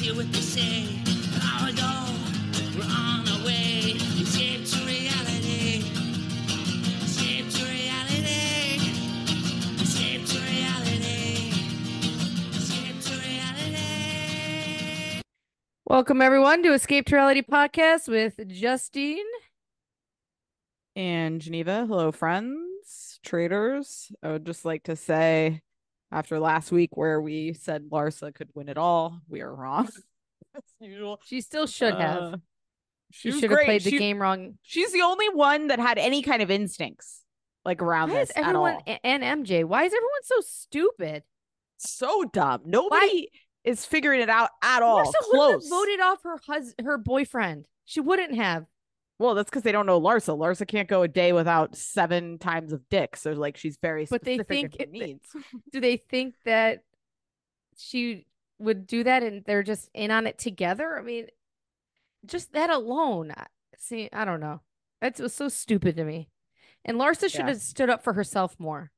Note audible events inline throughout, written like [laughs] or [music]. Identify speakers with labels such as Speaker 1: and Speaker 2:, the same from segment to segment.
Speaker 1: hear what they say. An hour ago, we're on our way. Escape to reality. Escape to reality. Escape to reality. Escape to reality.
Speaker 2: Welcome everyone to Escape to Reality Podcast with Justine.
Speaker 3: And Geneva, hello, friends, traders. I would just like to say after last week where we said Larsa could win it all, we are wrong. [laughs] As usual.
Speaker 2: She still should have.
Speaker 3: Uh,
Speaker 2: she
Speaker 3: was
Speaker 2: should have
Speaker 3: great.
Speaker 2: played the
Speaker 3: She-
Speaker 2: game wrong.
Speaker 3: She's the only one that had any kind of instincts like around
Speaker 2: Why
Speaker 3: this
Speaker 2: is
Speaker 3: at
Speaker 2: everyone
Speaker 3: all.
Speaker 2: a- and MJ? Why is everyone so stupid?
Speaker 3: So dumb. Nobody is figuring it out at all.
Speaker 2: Larsa wouldn't
Speaker 3: Close.
Speaker 2: have voted off her hus- her boyfriend. She wouldn't have.
Speaker 3: Well, that's because they don't know Larsa. Larsa can't go a day without seven times of dick. So like she's very
Speaker 2: But they
Speaker 3: specific in
Speaker 2: think
Speaker 3: her
Speaker 2: it-
Speaker 3: needs.
Speaker 2: [laughs] Do they think that she would do that and they're just in on it together? I mean, just that alone. I- See, I don't know. That was so stupid to me. And Larsa should
Speaker 3: Yeah.
Speaker 2: have stood up for herself more.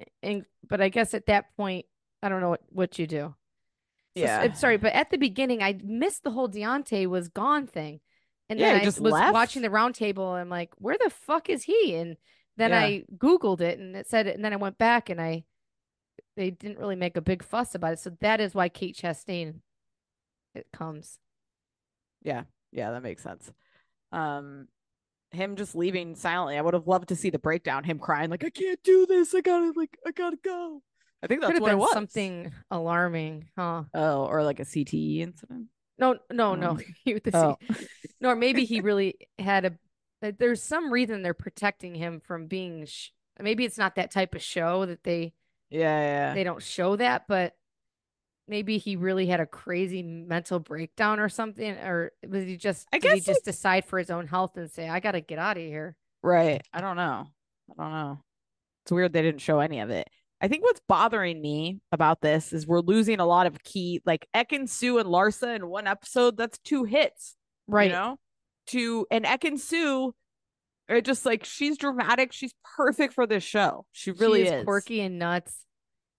Speaker 2: A- And but I guess at that point, I don't know what what you do. So s-
Speaker 3: yeah.
Speaker 2: I'm sorry, but at the beginning, I missed the whole Deontay was gone thing, and
Speaker 3: Yeah,
Speaker 2: then
Speaker 3: he
Speaker 2: I
Speaker 3: just
Speaker 2: was
Speaker 3: left.
Speaker 2: watching the roundtable. And I'm like, where the fuck is he? And then
Speaker 3: Yeah.
Speaker 2: I googled it, and it said, and then I went back, and I they didn't really make a big fuss about it. So that is why Kate Chastain it comes.
Speaker 3: Yeah, that makes sense. Um, him just leaving silently. I would have loved to see the breakdown. Him crying like, "I can't do this. I gotta like, I gotta go." I think
Speaker 2: Could
Speaker 3: that's
Speaker 2: have
Speaker 3: what it
Speaker 2: been
Speaker 3: was.
Speaker 2: something alarming, huh?
Speaker 3: Oh, or like a
Speaker 2: [laughs]
Speaker 3: CTE incident.
Speaker 2: No, no, no.
Speaker 3: Um,
Speaker 2: [laughs] He with the
Speaker 3: oh.
Speaker 2: C- E. no, or maybe he really had a. that There's some reason they're protecting him from being. Sh- maybe it's not that type of show that they.
Speaker 3: [laughs] Yeah, yeah.
Speaker 2: they don't show that, but maybe he really had a crazy mental breakdown or something, or was he just
Speaker 3: I
Speaker 2: did he
Speaker 3: guess,
Speaker 2: just decide for his own health and say, I gotta get out of here.
Speaker 3: Right. I don't know. I don't know. It's weird they didn't show any of it. I think what's bothering me about this is we're losing a lot of key, like Ekin Sue and Larsa in one episode. That's two hits.
Speaker 2: Right.
Speaker 3: you know to and ekin sue are just like she's dramatic she's perfect for this show she
Speaker 2: She
Speaker 3: really
Speaker 2: is quirky and nuts.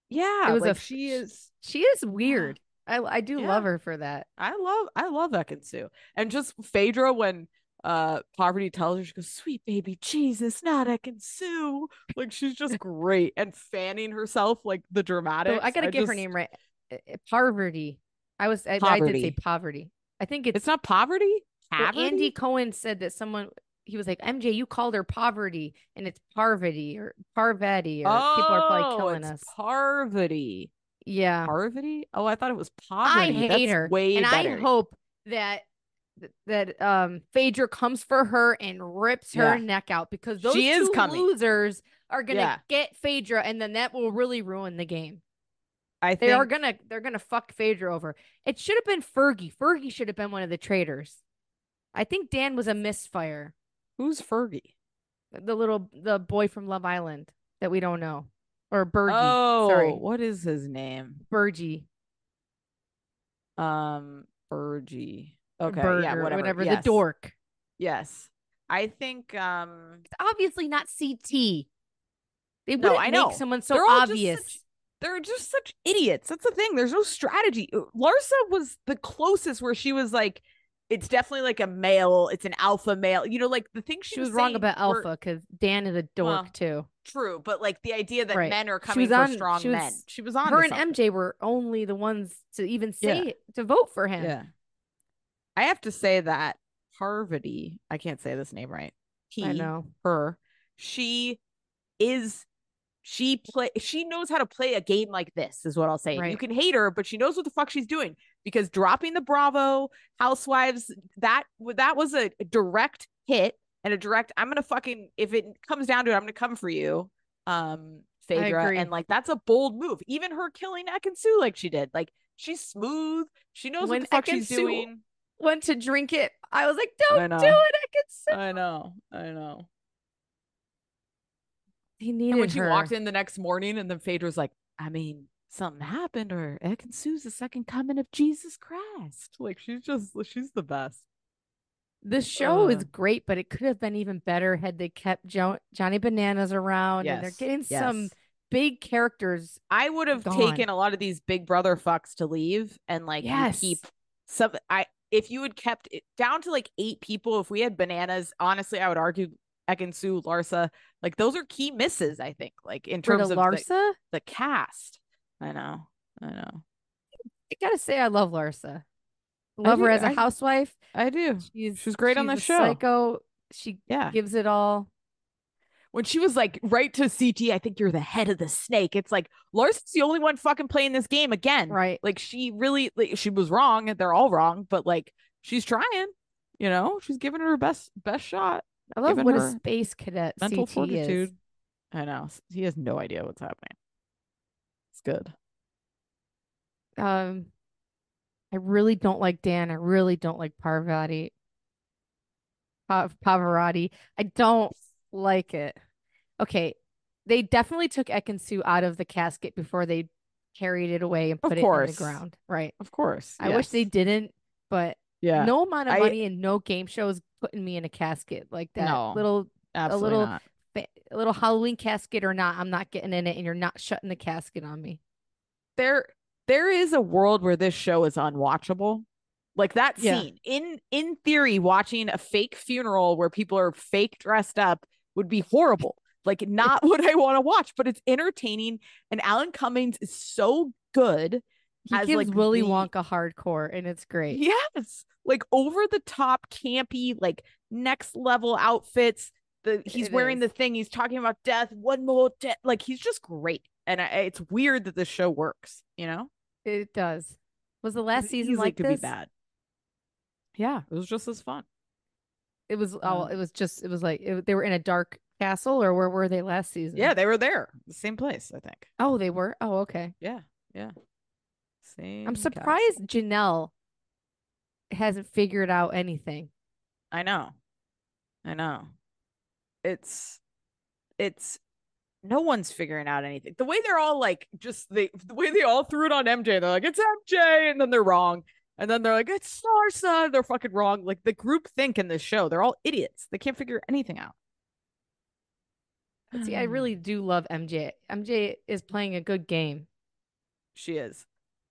Speaker 3: yeah
Speaker 2: It was a
Speaker 3: like
Speaker 2: f-
Speaker 3: she
Speaker 2: sh-
Speaker 3: is
Speaker 2: She is weird. I I do
Speaker 3: Yeah.
Speaker 2: love her for that.
Speaker 3: i love i love ekin sue and just phaedra when uh poverty tells her she goes sweet baby jesus not ekin sue
Speaker 2: [laughs]
Speaker 3: like she's just great and fanning herself like the dramatic
Speaker 2: So I gotta get her name right. Uh, uh, Poverty. I was I, I did say
Speaker 3: Poverty.
Speaker 2: poverty. I think it's,
Speaker 3: it's not poverty
Speaker 2: well, Andy
Speaker 3: Poverty?
Speaker 2: Cohen said that someone he was like MJ, you called her poverty, and it's parvati or parvati, or people are probably
Speaker 3: Oh,
Speaker 2: killing
Speaker 3: it's
Speaker 2: us.
Speaker 3: Parvati.
Speaker 2: yeah,
Speaker 3: Parvati? Oh, I thought it was
Speaker 2: I
Speaker 3: poverty.
Speaker 2: hate
Speaker 3: That's
Speaker 2: her,
Speaker 3: Way
Speaker 2: and I
Speaker 3: better.
Speaker 2: hope that th- that um Phaedra comes for her and rips her
Speaker 3: Yeah.
Speaker 2: neck out because those
Speaker 3: She is
Speaker 2: two
Speaker 3: coming.
Speaker 2: losers are gonna
Speaker 3: Yeah.
Speaker 2: get Phaedra, and then that will really ruin the game.
Speaker 3: I
Speaker 2: They
Speaker 3: think
Speaker 2: are gonna they're gonna fuck Phaedra over. It should have been Fergie. Fergie should have been one of the traitors. I think Dan was a misfire.
Speaker 3: Who's Fergie?
Speaker 2: The little the boy from Love Island that we don't know, or Bergie.
Speaker 3: Oh,
Speaker 2: sorry,
Speaker 3: what is his name?
Speaker 2: Bergie.
Speaker 3: Um, Fergie. Okay, yeah,
Speaker 2: Berger,
Speaker 3: whatever.
Speaker 2: The
Speaker 3: Yes,
Speaker 2: dork.
Speaker 3: Yes, I think. Um,
Speaker 2: It's obviously not CT. They
Speaker 3: No,
Speaker 2: wouldn't
Speaker 3: I know.
Speaker 2: make someone so
Speaker 3: They're all just such-
Speaker 2: obvious.
Speaker 3: they're just such idiots. That's the thing. There's no strategy. Uh, Larsa was the closest where she was like, "It's definitely like a male. It's an alpha male." You know, like the thing she,
Speaker 2: she was wrong
Speaker 3: saying
Speaker 2: about
Speaker 3: were
Speaker 2: Alpha because Dan is a dork
Speaker 3: Well,
Speaker 2: too.
Speaker 3: True, but like the idea that
Speaker 2: Right.
Speaker 3: men are
Speaker 2: She was
Speaker 3: coming for
Speaker 2: on-
Speaker 3: strong
Speaker 2: she
Speaker 3: men.
Speaker 2: was-
Speaker 3: She was on.
Speaker 2: Her and MJ were only the ones to even say
Speaker 3: Yeah.
Speaker 2: it, to vote for him.
Speaker 3: Yeah, I have to say that Parvati. I can't say this name right. P.
Speaker 2: I know.
Speaker 3: her. She is she play she knows how to play a game like this is what I'll say. You
Speaker 2: Right.
Speaker 3: can hate her, but she knows what the fuck she's doing because dropping the Bravo Housewives that w- that was a a direct hit and a direct I'm going to fucking if it comes down to it I'm going to come for you. Um Phaedra
Speaker 2: agree.
Speaker 3: and like that's a bold move. Even her killing Sue like she did. Like she's smooth. She knows
Speaker 2: When
Speaker 3: what the fuck she's
Speaker 2: Ekansu-
Speaker 3: doing.
Speaker 2: Went to drink it. I was like,
Speaker 3: I
Speaker 2: don't do it. I
Speaker 3: know.
Speaker 2: can see.
Speaker 3: I know. I know.
Speaker 2: He needed
Speaker 3: And when she
Speaker 2: her.
Speaker 3: walked in the next morning, and then Phaedra's like, I mean, something happened, or Ekin Sue's the second coming of Jesus Christ. Like, she's just, she's the best.
Speaker 2: The show is
Speaker 3: Uh.
Speaker 2: great, but it could have been even better had they kept jo- Johnny Bananas around. And they're getting some big characters.
Speaker 3: I would have taken a lot of these Big Brother fucks to leave and like you
Speaker 2: Yes.
Speaker 3: keep some. I if you had kept it down to like eight people, if we had bananas, honestly, I would argue Ekansu, Larsa, like those are key misses. I think like in
Speaker 2: For
Speaker 3: terms
Speaker 2: the
Speaker 3: of the-
Speaker 2: Larsa,
Speaker 3: the cast. I know, I know,
Speaker 2: I gotta say, I love Larsa. Love her
Speaker 3: do-
Speaker 2: as a
Speaker 3: I-
Speaker 2: housewife.
Speaker 3: I do.
Speaker 2: She's
Speaker 3: She was great on
Speaker 2: she's
Speaker 3: the
Speaker 2: a
Speaker 3: show.
Speaker 2: Psycho. She
Speaker 3: Yeah,
Speaker 2: gives it all.
Speaker 3: when she was like right to CT, I think you're the head of the snake. It's like Larsa's the only one fucking playing this game again.
Speaker 2: Right.
Speaker 3: Like she really, like, she was wrong. and They're all wrong, but like she's trying. You know, she's giving her best best shot.
Speaker 2: I love
Speaker 3: given
Speaker 2: what
Speaker 3: her
Speaker 2: a space cadet CT
Speaker 3: Mental
Speaker 2: is.
Speaker 3: fortitude. I know he has no idea what's happening. It's good.
Speaker 2: Um, I really don't like Dan. I really don't like Parvati. Pa- Pavarotti. I don't like it. Okay, they definitely took Ekansu out of the casket before they carried it away and
Speaker 3: Of
Speaker 2: put it in the
Speaker 3: course.
Speaker 2: ground. Right.
Speaker 3: Of course.
Speaker 2: I wish they
Speaker 3: yes.
Speaker 2: didn't, but
Speaker 3: Yeah.
Speaker 2: no amount of
Speaker 3: I-
Speaker 2: money and no game show is putting me in a casket like that.
Speaker 3: No.
Speaker 2: Little
Speaker 3: absolutely
Speaker 2: little-
Speaker 3: not.
Speaker 2: fa- little Halloween casket or not, I'm not getting in it, and you're not shutting the casket on me.
Speaker 3: there there is a world where this show is unwatchable like that
Speaker 2: Yeah.
Speaker 3: scene in in theory watching a fake funeral where people are fake dressed up would be horrible
Speaker 2: [laughs]
Speaker 3: like not what i want to watch but it's entertaining and alan cummings is so good
Speaker 2: He
Speaker 3: As,
Speaker 2: gives
Speaker 3: like,
Speaker 2: Willy
Speaker 3: the-
Speaker 2: Wonka hardcore, and it's great.
Speaker 3: yes like over the top campy like next level outfits the he's
Speaker 2: It
Speaker 3: wearing
Speaker 2: is.
Speaker 3: the thing he's talking about death one more death like he's just great and I, it's weird that this show works you know
Speaker 2: It does. Was the
Speaker 3: It
Speaker 2: last
Speaker 3: was
Speaker 2: season
Speaker 3: easily
Speaker 2: like
Speaker 3: could
Speaker 2: this?
Speaker 3: be bad. Yeah, it was just as fun.
Speaker 2: It was all.
Speaker 3: Um,
Speaker 2: It was just. It was like it, they were in a dark castle, or where were they last season?
Speaker 3: Yeah, they were there, the same place, I think.
Speaker 2: Oh, they were. Oh, okay.
Speaker 3: Yeah, yeah. Same.
Speaker 2: I'm
Speaker 3: castle.
Speaker 2: surprised Janelle hasn't figured out anything.
Speaker 3: I know. I know. It's it's no one's figuring out anything. The way they're all like just they the way they all threw it on MJ, they're like, it's MJ, and then they're wrong. And then they're like, it's Larsa. and They're fucking wrong. Like the group think in this show, they're all idiots. They can't figure anything out.
Speaker 2: But see, I
Speaker 3: [sighs]
Speaker 2: really do love MJ. MJ is playing a good game.
Speaker 3: She is.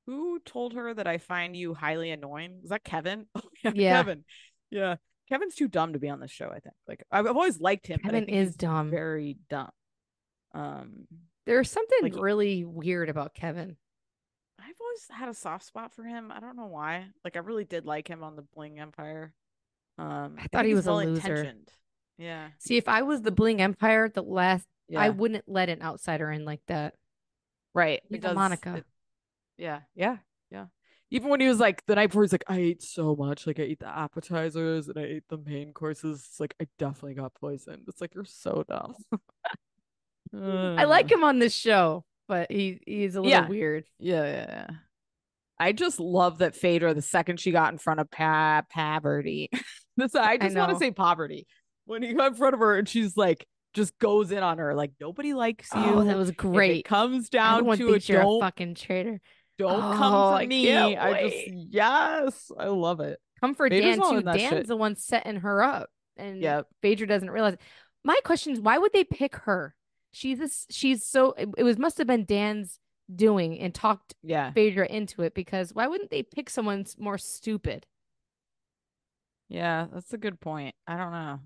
Speaker 3: Who told her that I find you highly annoying? Was that Kevin? [laughs] Oh, yeah,
Speaker 2: Yeah.
Speaker 3: Kevin. Yeah. Kevin's too dumb to be on this show, I think. Like I've I've always liked him. but I
Speaker 2: Kevin
Speaker 3: think
Speaker 2: is
Speaker 3: he's
Speaker 2: dumb.
Speaker 3: Very dumb. Um
Speaker 2: There's something
Speaker 3: Like-
Speaker 2: really weird about Kevin.
Speaker 3: I've always had a soft spot for him. I don't know why. Like I really did like him on the Bling Empire. Um
Speaker 2: I thought
Speaker 3: think
Speaker 2: he
Speaker 3: he's
Speaker 2: was a loser.
Speaker 3: well-intentioned. Yeah.
Speaker 2: See, if I was the Bling Empire, the last
Speaker 3: Yeah.
Speaker 2: I wouldn't let an outsider in like that.
Speaker 3: right. It
Speaker 2: Evil
Speaker 3: does-
Speaker 2: Monica.
Speaker 3: it- yeah. Yeah. Yeah. Even when he was like the night before, he's like, I ate so much. Like I ate the appetizers and I ate the main courses. It's like I definitely got poisoned. It's like you're so dumb. [laughs] Uh,
Speaker 2: I like him on this show, but he he's a little
Speaker 3: Mm. Yeah.
Speaker 2: weird.
Speaker 3: Yeah, yeah, yeah. I just love that Phaedra, the second she got in front of pa- poverty, [laughs] this I just want
Speaker 2: know.
Speaker 3: to say poverty. When he got in front of her and she's like, just goes in on her, like nobody likes you.
Speaker 2: Oh, that was
Speaker 3: If it
Speaker 2: great.
Speaker 3: comes down
Speaker 2: Everyone
Speaker 3: to a
Speaker 2: thinks you're
Speaker 3: don't
Speaker 2: a fucking traitor.
Speaker 3: Don't
Speaker 2: Oh,
Speaker 3: come
Speaker 2: I
Speaker 3: to me.
Speaker 2: can't
Speaker 3: I just yes, I love it.
Speaker 2: Come for
Speaker 3: Phaedra's
Speaker 2: Dan
Speaker 3: all
Speaker 2: too.
Speaker 3: in that
Speaker 2: Dan's
Speaker 3: shit.
Speaker 2: the one setting her up, and
Speaker 3: Yep.
Speaker 2: Phaedra doesn't realize. it. My question is, why would they pick her? She's this. She's so. It, it was must have been Dan's doing and talked
Speaker 3: Yeah.
Speaker 2: Phaedra into it because why wouldn't they pick someone s- more stupid?
Speaker 3: Yeah, that's a good point. I don't know.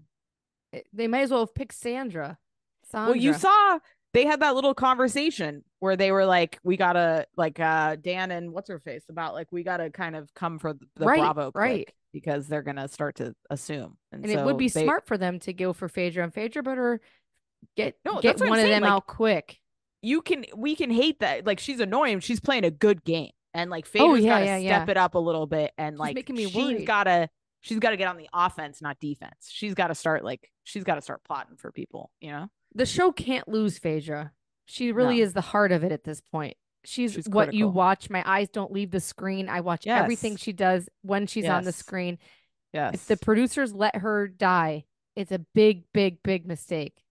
Speaker 2: It- They might as well have picked Sandra. Sandra.
Speaker 3: Well, you saw they had that little conversation where they were like, "We gotta like uh Dan and what's her face about like we gotta kind of come for the, the
Speaker 2: Right,
Speaker 3: Bravo click
Speaker 2: right.
Speaker 3: because they're gonna start to assume, and,
Speaker 2: and it would
Speaker 3: so
Speaker 2: be
Speaker 3: they-
Speaker 2: smart for them to go for Phaedra, and Phaedra better get
Speaker 3: No,
Speaker 2: get
Speaker 3: that's what I'm
Speaker 2: one of
Speaker 3: saying,
Speaker 2: them
Speaker 3: like,
Speaker 2: out quick.
Speaker 3: You can we can hate that like she's annoying. She's playing a good game, and like Fader's
Speaker 2: Oh, yeah,
Speaker 3: gotta
Speaker 2: yeah,
Speaker 3: step
Speaker 2: yeah.
Speaker 3: it up a little bit, and like
Speaker 2: making me
Speaker 3: she's
Speaker 2: worried.
Speaker 3: gotta she's gotta get on the offense, not defense. She's gotta start like she's gotta start plotting for people, you know.
Speaker 2: The show can't lose Phaedra. She really
Speaker 3: No.
Speaker 2: is the heart of it at this point. She's,
Speaker 3: She's
Speaker 2: what you
Speaker 3: critical.
Speaker 2: watch. My eyes don't leave the screen. I watch everything
Speaker 3: Yes.
Speaker 2: she does when she's on the
Speaker 3: Yes.
Speaker 2: screen.
Speaker 3: Yes,
Speaker 2: If the producers let her die, it's a big, big, big mistake.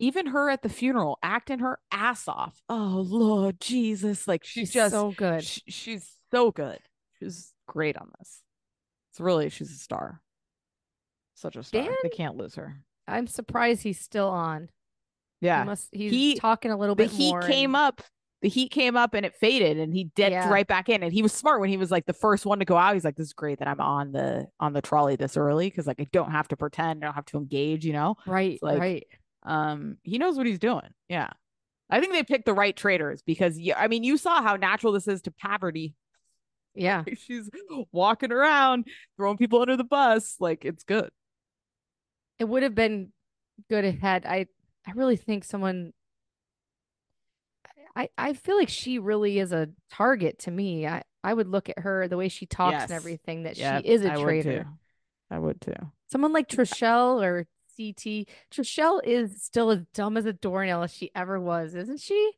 Speaker 3: even her at the funeral acting her ass off. Oh Lord Jesus, like she's,
Speaker 2: She's
Speaker 3: just
Speaker 2: so good.
Speaker 3: sh- she's so good. She's great on this. It's really she's a star. Such a star. they
Speaker 2: Dan-
Speaker 3: can't lose her.
Speaker 2: I'm surprised he's still on. He
Speaker 3: Yeah.
Speaker 2: must he's
Speaker 3: He-
Speaker 2: talking a little
Speaker 3: The
Speaker 2: bit
Speaker 3: heat
Speaker 2: more
Speaker 3: came
Speaker 2: and-
Speaker 3: up. The heat came up and it faded and he dipped
Speaker 2: Yeah.
Speaker 3: right back in. And he was smart when he was like the first one to go out. He's like, This is great that I'm on the on the trolley this early because like I don't have to pretend, I don't have to engage, you know?
Speaker 2: Right,
Speaker 3: like,
Speaker 2: right.
Speaker 3: um he knows what he's doing yeah i think they picked the right traders because yeah i mean you saw how natural this is to poverty [laughs]
Speaker 2: Yeah.
Speaker 3: she's walking around throwing people under the bus like it's good
Speaker 2: It would have been good had I I really think someone I I feel like she really is a target to me. I I would look at her the way she talks
Speaker 3: Yes.
Speaker 2: and everything that
Speaker 3: Yep,
Speaker 2: she is a
Speaker 3: I would
Speaker 2: traitor.
Speaker 3: too. i would too
Speaker 2: Someone like Trishelle or CT. Trishelle is still as dumb as a doornail as she ever was, isn't she?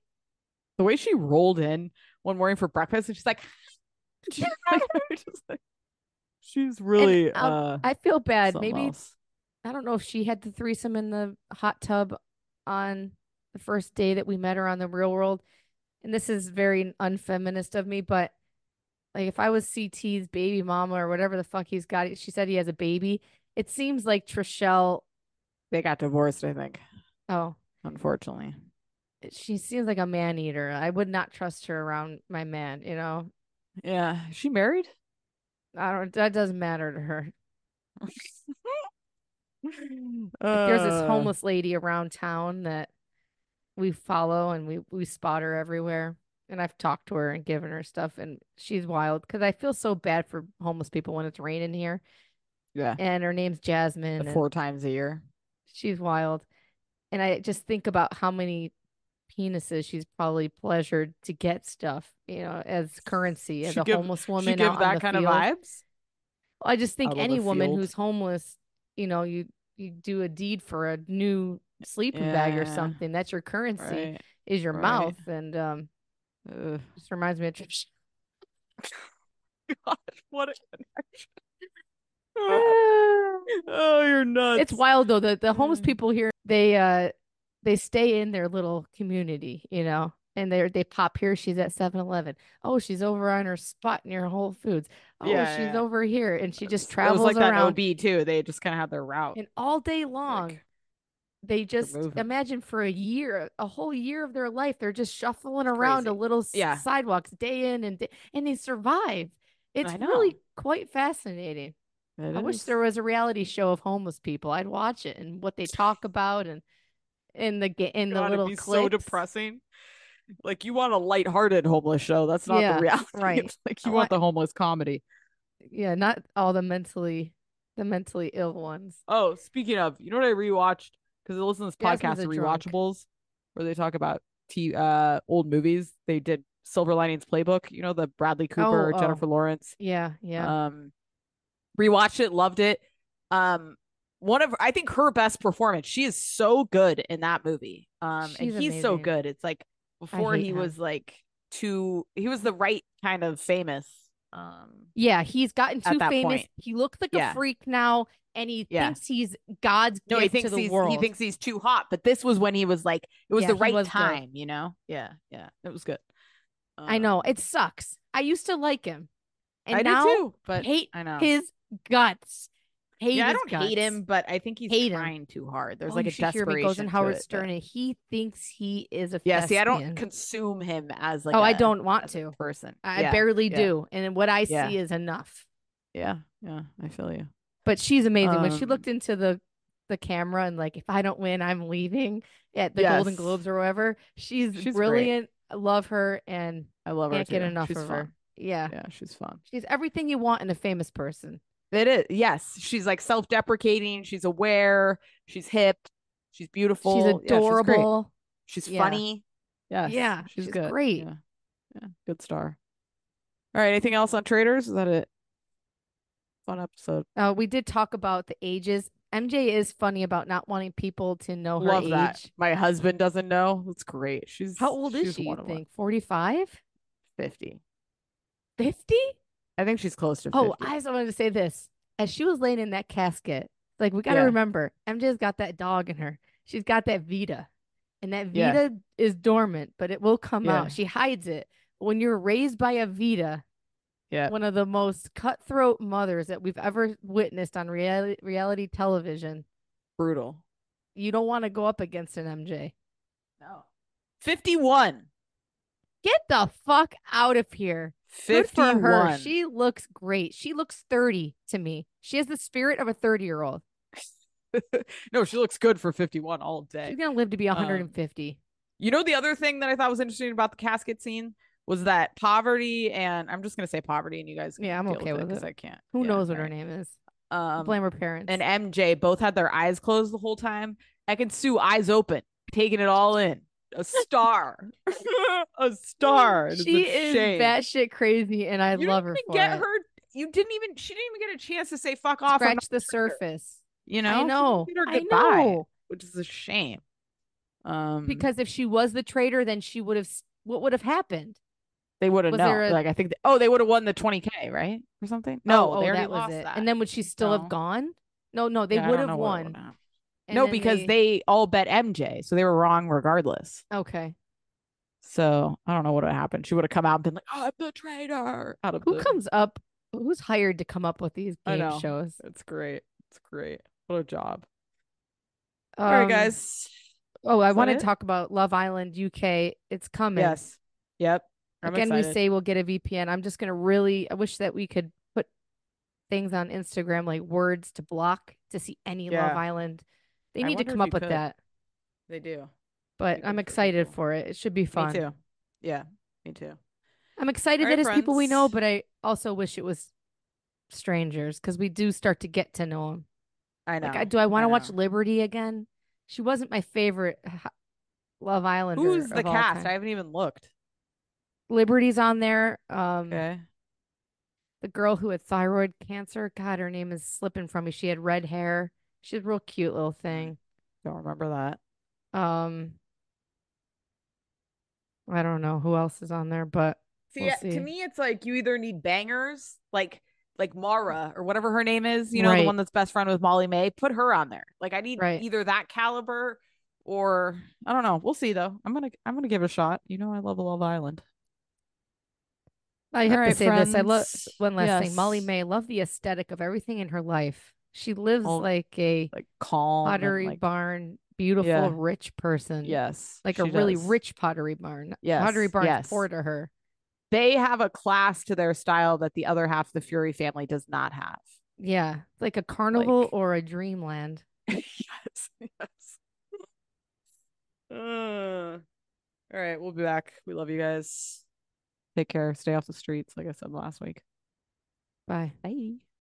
Speaker 3: the way she rolled in one morning for breakfast and she's like [laughs] she's, like, [laughs] just like- she's really
Speaker 2: um,
Speaker 3: uh
Speaker 2: I feel bad.
Speaker 3: something
Speaker 2: Maybe
Speaker 3: else.
Speaker 2: I don't know if she had the threesome in the hot tub on the first day that we met her on the real world. And this is very unfeminist of me, but like if I was CT's baby mama or whatever the fuck he's got, she said he has a baby. It seems like Trishelle,
Speaker 3: they got divorced i think
Speaker 2: oh,
Speaker 3: unfortunately
Speaker 2: she seems like a man eater. I would not trust her around my man, you know?
Speaker 3: yeah is she married
Speaker 2: I don't, that doesn't matter to her.
Speaker 3: [laughs] Uh,
Speaker 2: There's this homeless lady around town that we follow and we we spot her everywhere. And I've talked to her and given her stuff and she's wild because I feel so bad for homeless people when it's raining here.
Speaker 3: yeah
Speaker 2: And her name's Jasmine.
Speaker 3: the
Speaker 2: and
Speaker 3: four times a year
Speaker 2: she's wild. And I just think about how many penises she's probably pleasured to get stuff, you know, as currency, as
Speaker 3: She
Speaker 2: a
Speaker 3: give-
Speaker 2: homeless
Speaker 3: She
Speaker 2: woman.
Speaker 3: give
Speaker 2: out on
Speaker 3: that
Speaker 2: the
Speaker 3: kind
Speaker 2: field.
Speaker 3: of vibes.
Speaker 2: Well, I just think
Speaker 3: out on the
Speaker 2: any woman
Speaker 3: field.
Speaker 2: who's homeless, you know, you you do a deed for a new sleeping bag or
Speaker 3: Yeah.
Speaker 2: something. That's your currency
Speaker 3: Right.
Speaker 2: is your
Speaker 3: right.
Speaker 2: mouth, and um,
Speaker 3: Ugh.
Speaker 2: just reminds me of Trish.
Speaker 3: [laughs] Gosh,
Speaker 2: [laughs]
Speaker 3: what a connection. [laughs] oh, you're nuts.
Speaker 2: It's wild though. The the homeless
Speaker 3: Mm.
Speaker 2: people here, they uh, they stay in their little community, you know, and they are they pop here. She's at 7-Eleven. Oh, she's over on her spot near Whole Foods. Oh,
Speaker 3: Yeah,
Speaker 2: she's
Speaker 3: yeah.
Speaker 2: over here, and she just
Speaker 3: It was
Speaker 2: travels
Speaker 3: like that
Speaker 2: around.
Speaker 3: OB too. They just kind of had their route.
Speaker 2: And all day long, they just
Speaker 3: movement.
Speaker 2: imagine for a year, a whole year of their life, they're just shuffling around a
Speaker 3: crazy.
Speaker 2: little s-
Speaker 3: Yeah.
Speaker 2: sidewalks day in and day, and they survive. It's really
Speaker 3: know.
Speaker 2: quite fascinating. I wish there was a reality show of homeless people. I'd watch it and what they talk about and in the ga- in the little
Speaker 3: be
Speaker 2: clips.
Speaker 3: so depressing. Like you want a lighthearted homeless show. That's not
Speaker 2: Yeah,
Speaker 3: the reality. [laughs]
Speaker 2: right.
Speaker 3: It's like you
Speaker 2: I
Speaker 3: want the homeless comedy.
Speaker 2: Yeah, not all the mentally the mentally ill ones.
Speaker 3: Oh, speaking of, you know what I rewatched because I listen to this
Speaker 2: Jasmine's
Speaker 3: podcast,
Speaker 2: a drunk.
Speaker 3: Rewatchables, where they talk about t uh old movies. They did Silver Linings Playbook. You know the Bradley Cooper,
Speaker 2: oh.
Speaker 3: Jennifer Lawrence.
Speaker 2: Yeah, yeah.
Speaker 3: Um, rewatched it, loved it. Um, one of I think her best performance. She is so good in that movie. Um, and
Speaker 2: She's
Speaker 3: he's so
Speaker 2: amazing.
Speaker 3: good. It's like before
Speaker 2: hate
Speaker 3: he
Speaker 2: him.
Speaker 3: was like too. He was the right kind of famous. Um,
Speaker 2: yeah, he's gotten
Speaker 3: at
Speaker 2: too
Speaker 3: that
Speaker 2: famous.
Speaker 3: point.
Speaker 2: He looked like
Speaker 3: Yeah.
Speaker 2: a freak now and he
Speaker 3: Yeah.
Speaker 2: thinks he's God's
Speaker 3: No,
Speaker 2: gift
Speaker 3: he thinks
Speaker 2: to the
Speaker 3: he's
Speaker 2: world.
Speaker 3: he thinks he's too hot. But this was when he was like it was
Speaker 2: Yeah,
Speaker 3: the
Speaker 2: he
Speaker 3: right
Speaker 2: was good.
Speaker 3: time, you know. Yeah, yeah, it was good.
Speaker 2: I know
Speaker 3: Um,
Speaker 2: it sucks. I used to like him, and
Speaker 3: I
Speaker 2: now
Speaker 3: do too, but
Speaker 2: hate
Speaker 3: I know.
Speaker 2: his guts. Hate
Speaker 3: yeah, I
Speaker 2: his
Speaker 3: don't hate
Speaker 2: guts.
Speaker 3: him, but I think he's
Speaker 2: Hate him.
Speaker 3: trying too hard. There's
Speaker 2: Oh,
Speaker 3: like
Speaker 2: you
Speaker 3: a
Speaker 2: should hear
Speaker 3: desperation.
Speaker 2: me. It goes in
Speaker 3: to
Speaker 2: Howard
Speaker 3: it, but-
Speaker 2: Stern, and he thinks he is a
Speaker 3: Yeah, see, I don't
Speaker 2: thespian.
Speaker 3: consume him as like.
Speaker 2: oh,
Speaker 3: I
Speaker 2: I don't want
Speaker 3: as a
Speaker 2: to.
Speaker 3: person.
Speaker 2: I
Speaker 3: yeah,
Speaker 2: barely
Speaker 3: yeah.
Speaker 2: do, and what I
Speaker 3: Yeah.
Speaker 2: see is enough.
Speaker 3: Yeah, yeah, I feel you.
Speaker 2: But she's amazing. when she
Speaker 3: Um,
Speaker 2: looked into the the camera and like, if I don't win, I'm leaving at the Golden
Speaker 3: Yes.
Speaker 2: Globes or whatever. She's,
Speaker 3: She's great.
Speaker 2: brilliant. I love her, and
Speaker 3: I love her.
Speaker 2: can't get
Speaker 3: too.
Speaker 2: enough
Speaker 3: She's
Speaker 2: of
Speaker 3: fun.
Speaker 2: her. Yeah.
Speaker 3: Yeah, she's fun.
Speaker 2: she's everything you want in a famous person.
Speaker 3: It is. Yes, she's like self-deprecating. She's aware. She's hip. She's beautiful.
Speaker 2: She's
Speaker 3: yeah, great.
Speaker 2: adorable.
Speaker 3: She's
Speaker 2: Yeah.
Speaker 3: funny. Yes,
Speaker 2: Yeah,
Speaker 3: she's,
Speaker 2: she's
Speaker 3: good.
Speaker 2: great.
Speaker 3: Yeah. yeah, good star. All right, anything else on traders? Is that it? Fun episode.
Speaker 2: Uh, we did talk about the ages. MJ is funny about not wanting people to know her
Speaker 3: Love
Speaker 2: age.
Speaker 3: that. My husband doesn't know. That's great. She's
Speaker 2: How old is
Speaker 3: she's
Speaker 2: she?
Speaker 3: one
Speaker 2: You
Speaker 3: of one.
Speaker 2: think 45,
Speaker 3: Fifty.
Speaker 2: 50?
Speaker 3: I think she's close to. 50.
Speaker 2: Oh, I just wanted to say this. As she was laying in that casket, like we got to
Speaker 3: Yeah.
Speaker 2: remember, MJ's got that dog in her. She's got that Vita, and that
Speaker 3: Yeah.
Speaker 2: Vita is dormant, but it will come
Speaker 3: Yeah.
Speaker 2: out. She hides it. When you're raised by a Vita,
Speaker 3: Yeah.
Speaker 2: one of the most cutthroat mothers that we've ever witnessed on reality reality television,
Speaker 3: brutal.
Speaker 2: you don't want to go up against an MJ.
Speaker 3: 51.
Speaker 2: Get the fuck out of here. Good for
Speaker 3: 51.
Speaker 2: her. She looks great. She looks 30 to me. She has the spirit of a 30 year old.
Speaker 3: [laughs] no, she looks good for 51 all day.
Speaker 2: She's going to live to be
Speaker 3: Um,
Speaker 2: 150.
Speaker 3: You know, the other thing that I thought was interesting about the casket scene was that poverty and I'm just going to say poverty and you guys.
Speaker 2: Yeah, I'm
Speaker 3: deal
Speaker 2: okay with
Speaker 3: because
Speaker 2: it.
Speaker 3: I can't.
Speaker 2: Who
Speaker 3: yeah,
Speaker 2: knows what her
Speaker 3: alright.
Speaker 2: name is?
Speaker 3: Um,
Speaker 2: Blame her parents.
Speaker 3: and MJ both had their eyes closed the whole time. Sue eyes open, taking it all in. A star, [laughs] a star. It's a
Speaker 2: she is
Speaker 3: shame.
Speaker 2: batshit crazy, and I
Speaker 3: You
Speaker 2: love her.
Speaker 3: didn't
Speaker 2: For
Speaker 3: even get
Speaker 2: it.
Speaker 3: her. You didn't even. She didn't even get a chance to say "fuck off." I'm
Speaker 2: Scratch
Speaker 3: not
Speaker 2: the
Speaker 3: sure.
Speaker 2: surface.
Speaker 3: You know.
Speaker 2: I
Speaker 3: She
Speaker 2: know.
Speaker 3: didn't
Speaker 2: I
Speaker 3: get her goodbye,
Speaker 2: know.
Speaker 3: which is a shame. Um,
Speaker 2: Because if she was the traitor, then she would have. What would have happened?
Speaker 3: they would have
Speaker 2: was there
Speaker 3: known.
Speaker 2: a-
Speaker 3: Like I think. They, oh, they would have won the 20k, right, or something. No,
Speaker 2: oh,
Speaker 3: they
Speaker 2: oh,
Speaker 3: already
Speaker 2: that was
Speaker 3: lost
Speaker 2: it.
Speaker 3: that.
Speaker 2: And then would she still
Speaker 3: No.
Speaker 2: have gone? No, no, they
Speaker 3: Yeah, I
Speaker 2: would have
Speaker 3: don't know what it
Speaker 2: won.
Speaker 3: would've been.
Speaker 2: and
Speaker 3: No,
Speaker 2: then
Speaker 3: because they all bet MJ, so they were wrong regardless.
Speaker 2: Okay.
Speaker 3: So I don't know what would have happened. She would have come out and been like, "Oh, "I'm the traitor." Out of
Speaker 2: Who
Speaker 3: the-
Speaker 2: comes up? Who's hired to come up with these
Speaker 3: I
Speaker 2: game
Speaker 3: know.
Speaker 2: shows?
Speaker 3: It's great. It's great. What a job.
Speaker 2: Um,
Speaker 3: All right, guys.
Speaker 2: Oh, I
Speaker 3: Is that
Speaker 2: want to
Speaker 3: it?
Speaker 2: talk about Love Island UK. It's coming.
Speaker 3: Yes. Yep. I'm
Speaker 2: Again,
Speaker 3: excited.
Speaker 2: we say we'll get a VPN. I'm just gonna really. I wish that we could put things on Instagram like words to block to see any
Speaker 3: Yeah.
Speaker 2: Love Island. They
Speaker 3: I
Speaker 2: need to
Speaker 3: wonder
Speaker 2: come
Speaker 3: if you
Speaker 2: up with
Speaker 3: could.
Speaker 2: that.
Speaker 3: they do.
Speaker 2: But
Speaker 3: good
Speaker 2: I'm
Speaker 3: for
Speaker 2: excited
Speaker 3: people.
Speaker 2: for it. It should be fun.
Speaker 3: Me too. Yeah. Me too.
Speaker 2: I'm excited
Speaker 3: All
Speaker 2: that
Speaker 3: right,
Speaker 2: it's people we know,
Speaker 3: friends.
Speaker 2: but I also wish it was strangers because we do start to get to know them.
Speaker 3: I know.
Speaker 2: Like, I, do I want to watch
Speaker 3: know.
Speaker 2: Liberty again? She wasn't my favorite h- Love Islander.
Speaker 3: Who's the
Speaker 2: of all
Speaker 3: cast? I
Speaker 2: time.
Speaker 3: haven't even looked.
Speaker 2: Liberty's on there. Um,
Speaker 3: Okay.
Speaker 2: the girl who had thyroid cancer. God, her name is slipping from me. She had red hair. She's a real cute little thing.
Speaker 3: Don't remember that.
Speaker 2: Um, I don't know who else is on there, but
Speaker 3: See,
Speaker 2: We'll
Speaker 3: yeah,
Speaker 2: see.
Speaker 3: to me, it's like you either need bangers, like like Mara or whatever her name is, you know, the
Speaker 2: Right.
Speaker 3: one that's best friend with Molly May. Put her on there. Like I need
Speaker 2: Right.
Speaker 3: either that caliber or I don't know. We'll see though. I'm gonna I'm gonna give it a shot. You know, I love Love Island.
Speaker 2: I
Speaker 3: All
Speaker 2: have to
Speaker 3: right,
Speaker 2: say this. I love
Speaker 3: friends.
Speaker 2: one last thing. Molly
Speaker 3: Yes.
Speaker 2: May, love the aesthetic of everything in her life. She lives
Speaker 3: Oh,
Speaker 2: like a
Speaker 3: Like calm. and,
Speaker 2: pottery
Speaker 3: like,
Speaker 2: barn, beautiful,
Speaker 3: Yeah.
Speaker 2: rich person.
Speaker 3: Yes.
Speaker 2: Like a
Speaker 3: she
Speaker 2: really
Speaker 3: does.
Speaker 2: rich pottery barn.
Speaker 3: Yes,
Speaker 2: Pottery barn's
Speaker 3: yes.
Speaker 2: poor to her.
Speaker 3: They have a class to their style that the other half of the Fury family does not have.
Speaker 2: Yeah. Like a carnival
Speaker 3: Like-
Speaker 2: or a dreamland.
Speaker 3: [laughs] yes. Yes. Uh, all right, we'll be back. We love you guys. Take care. Stay off the streets, like I said last week.
Speaker 2: Bye.
Speaker 3: Bye.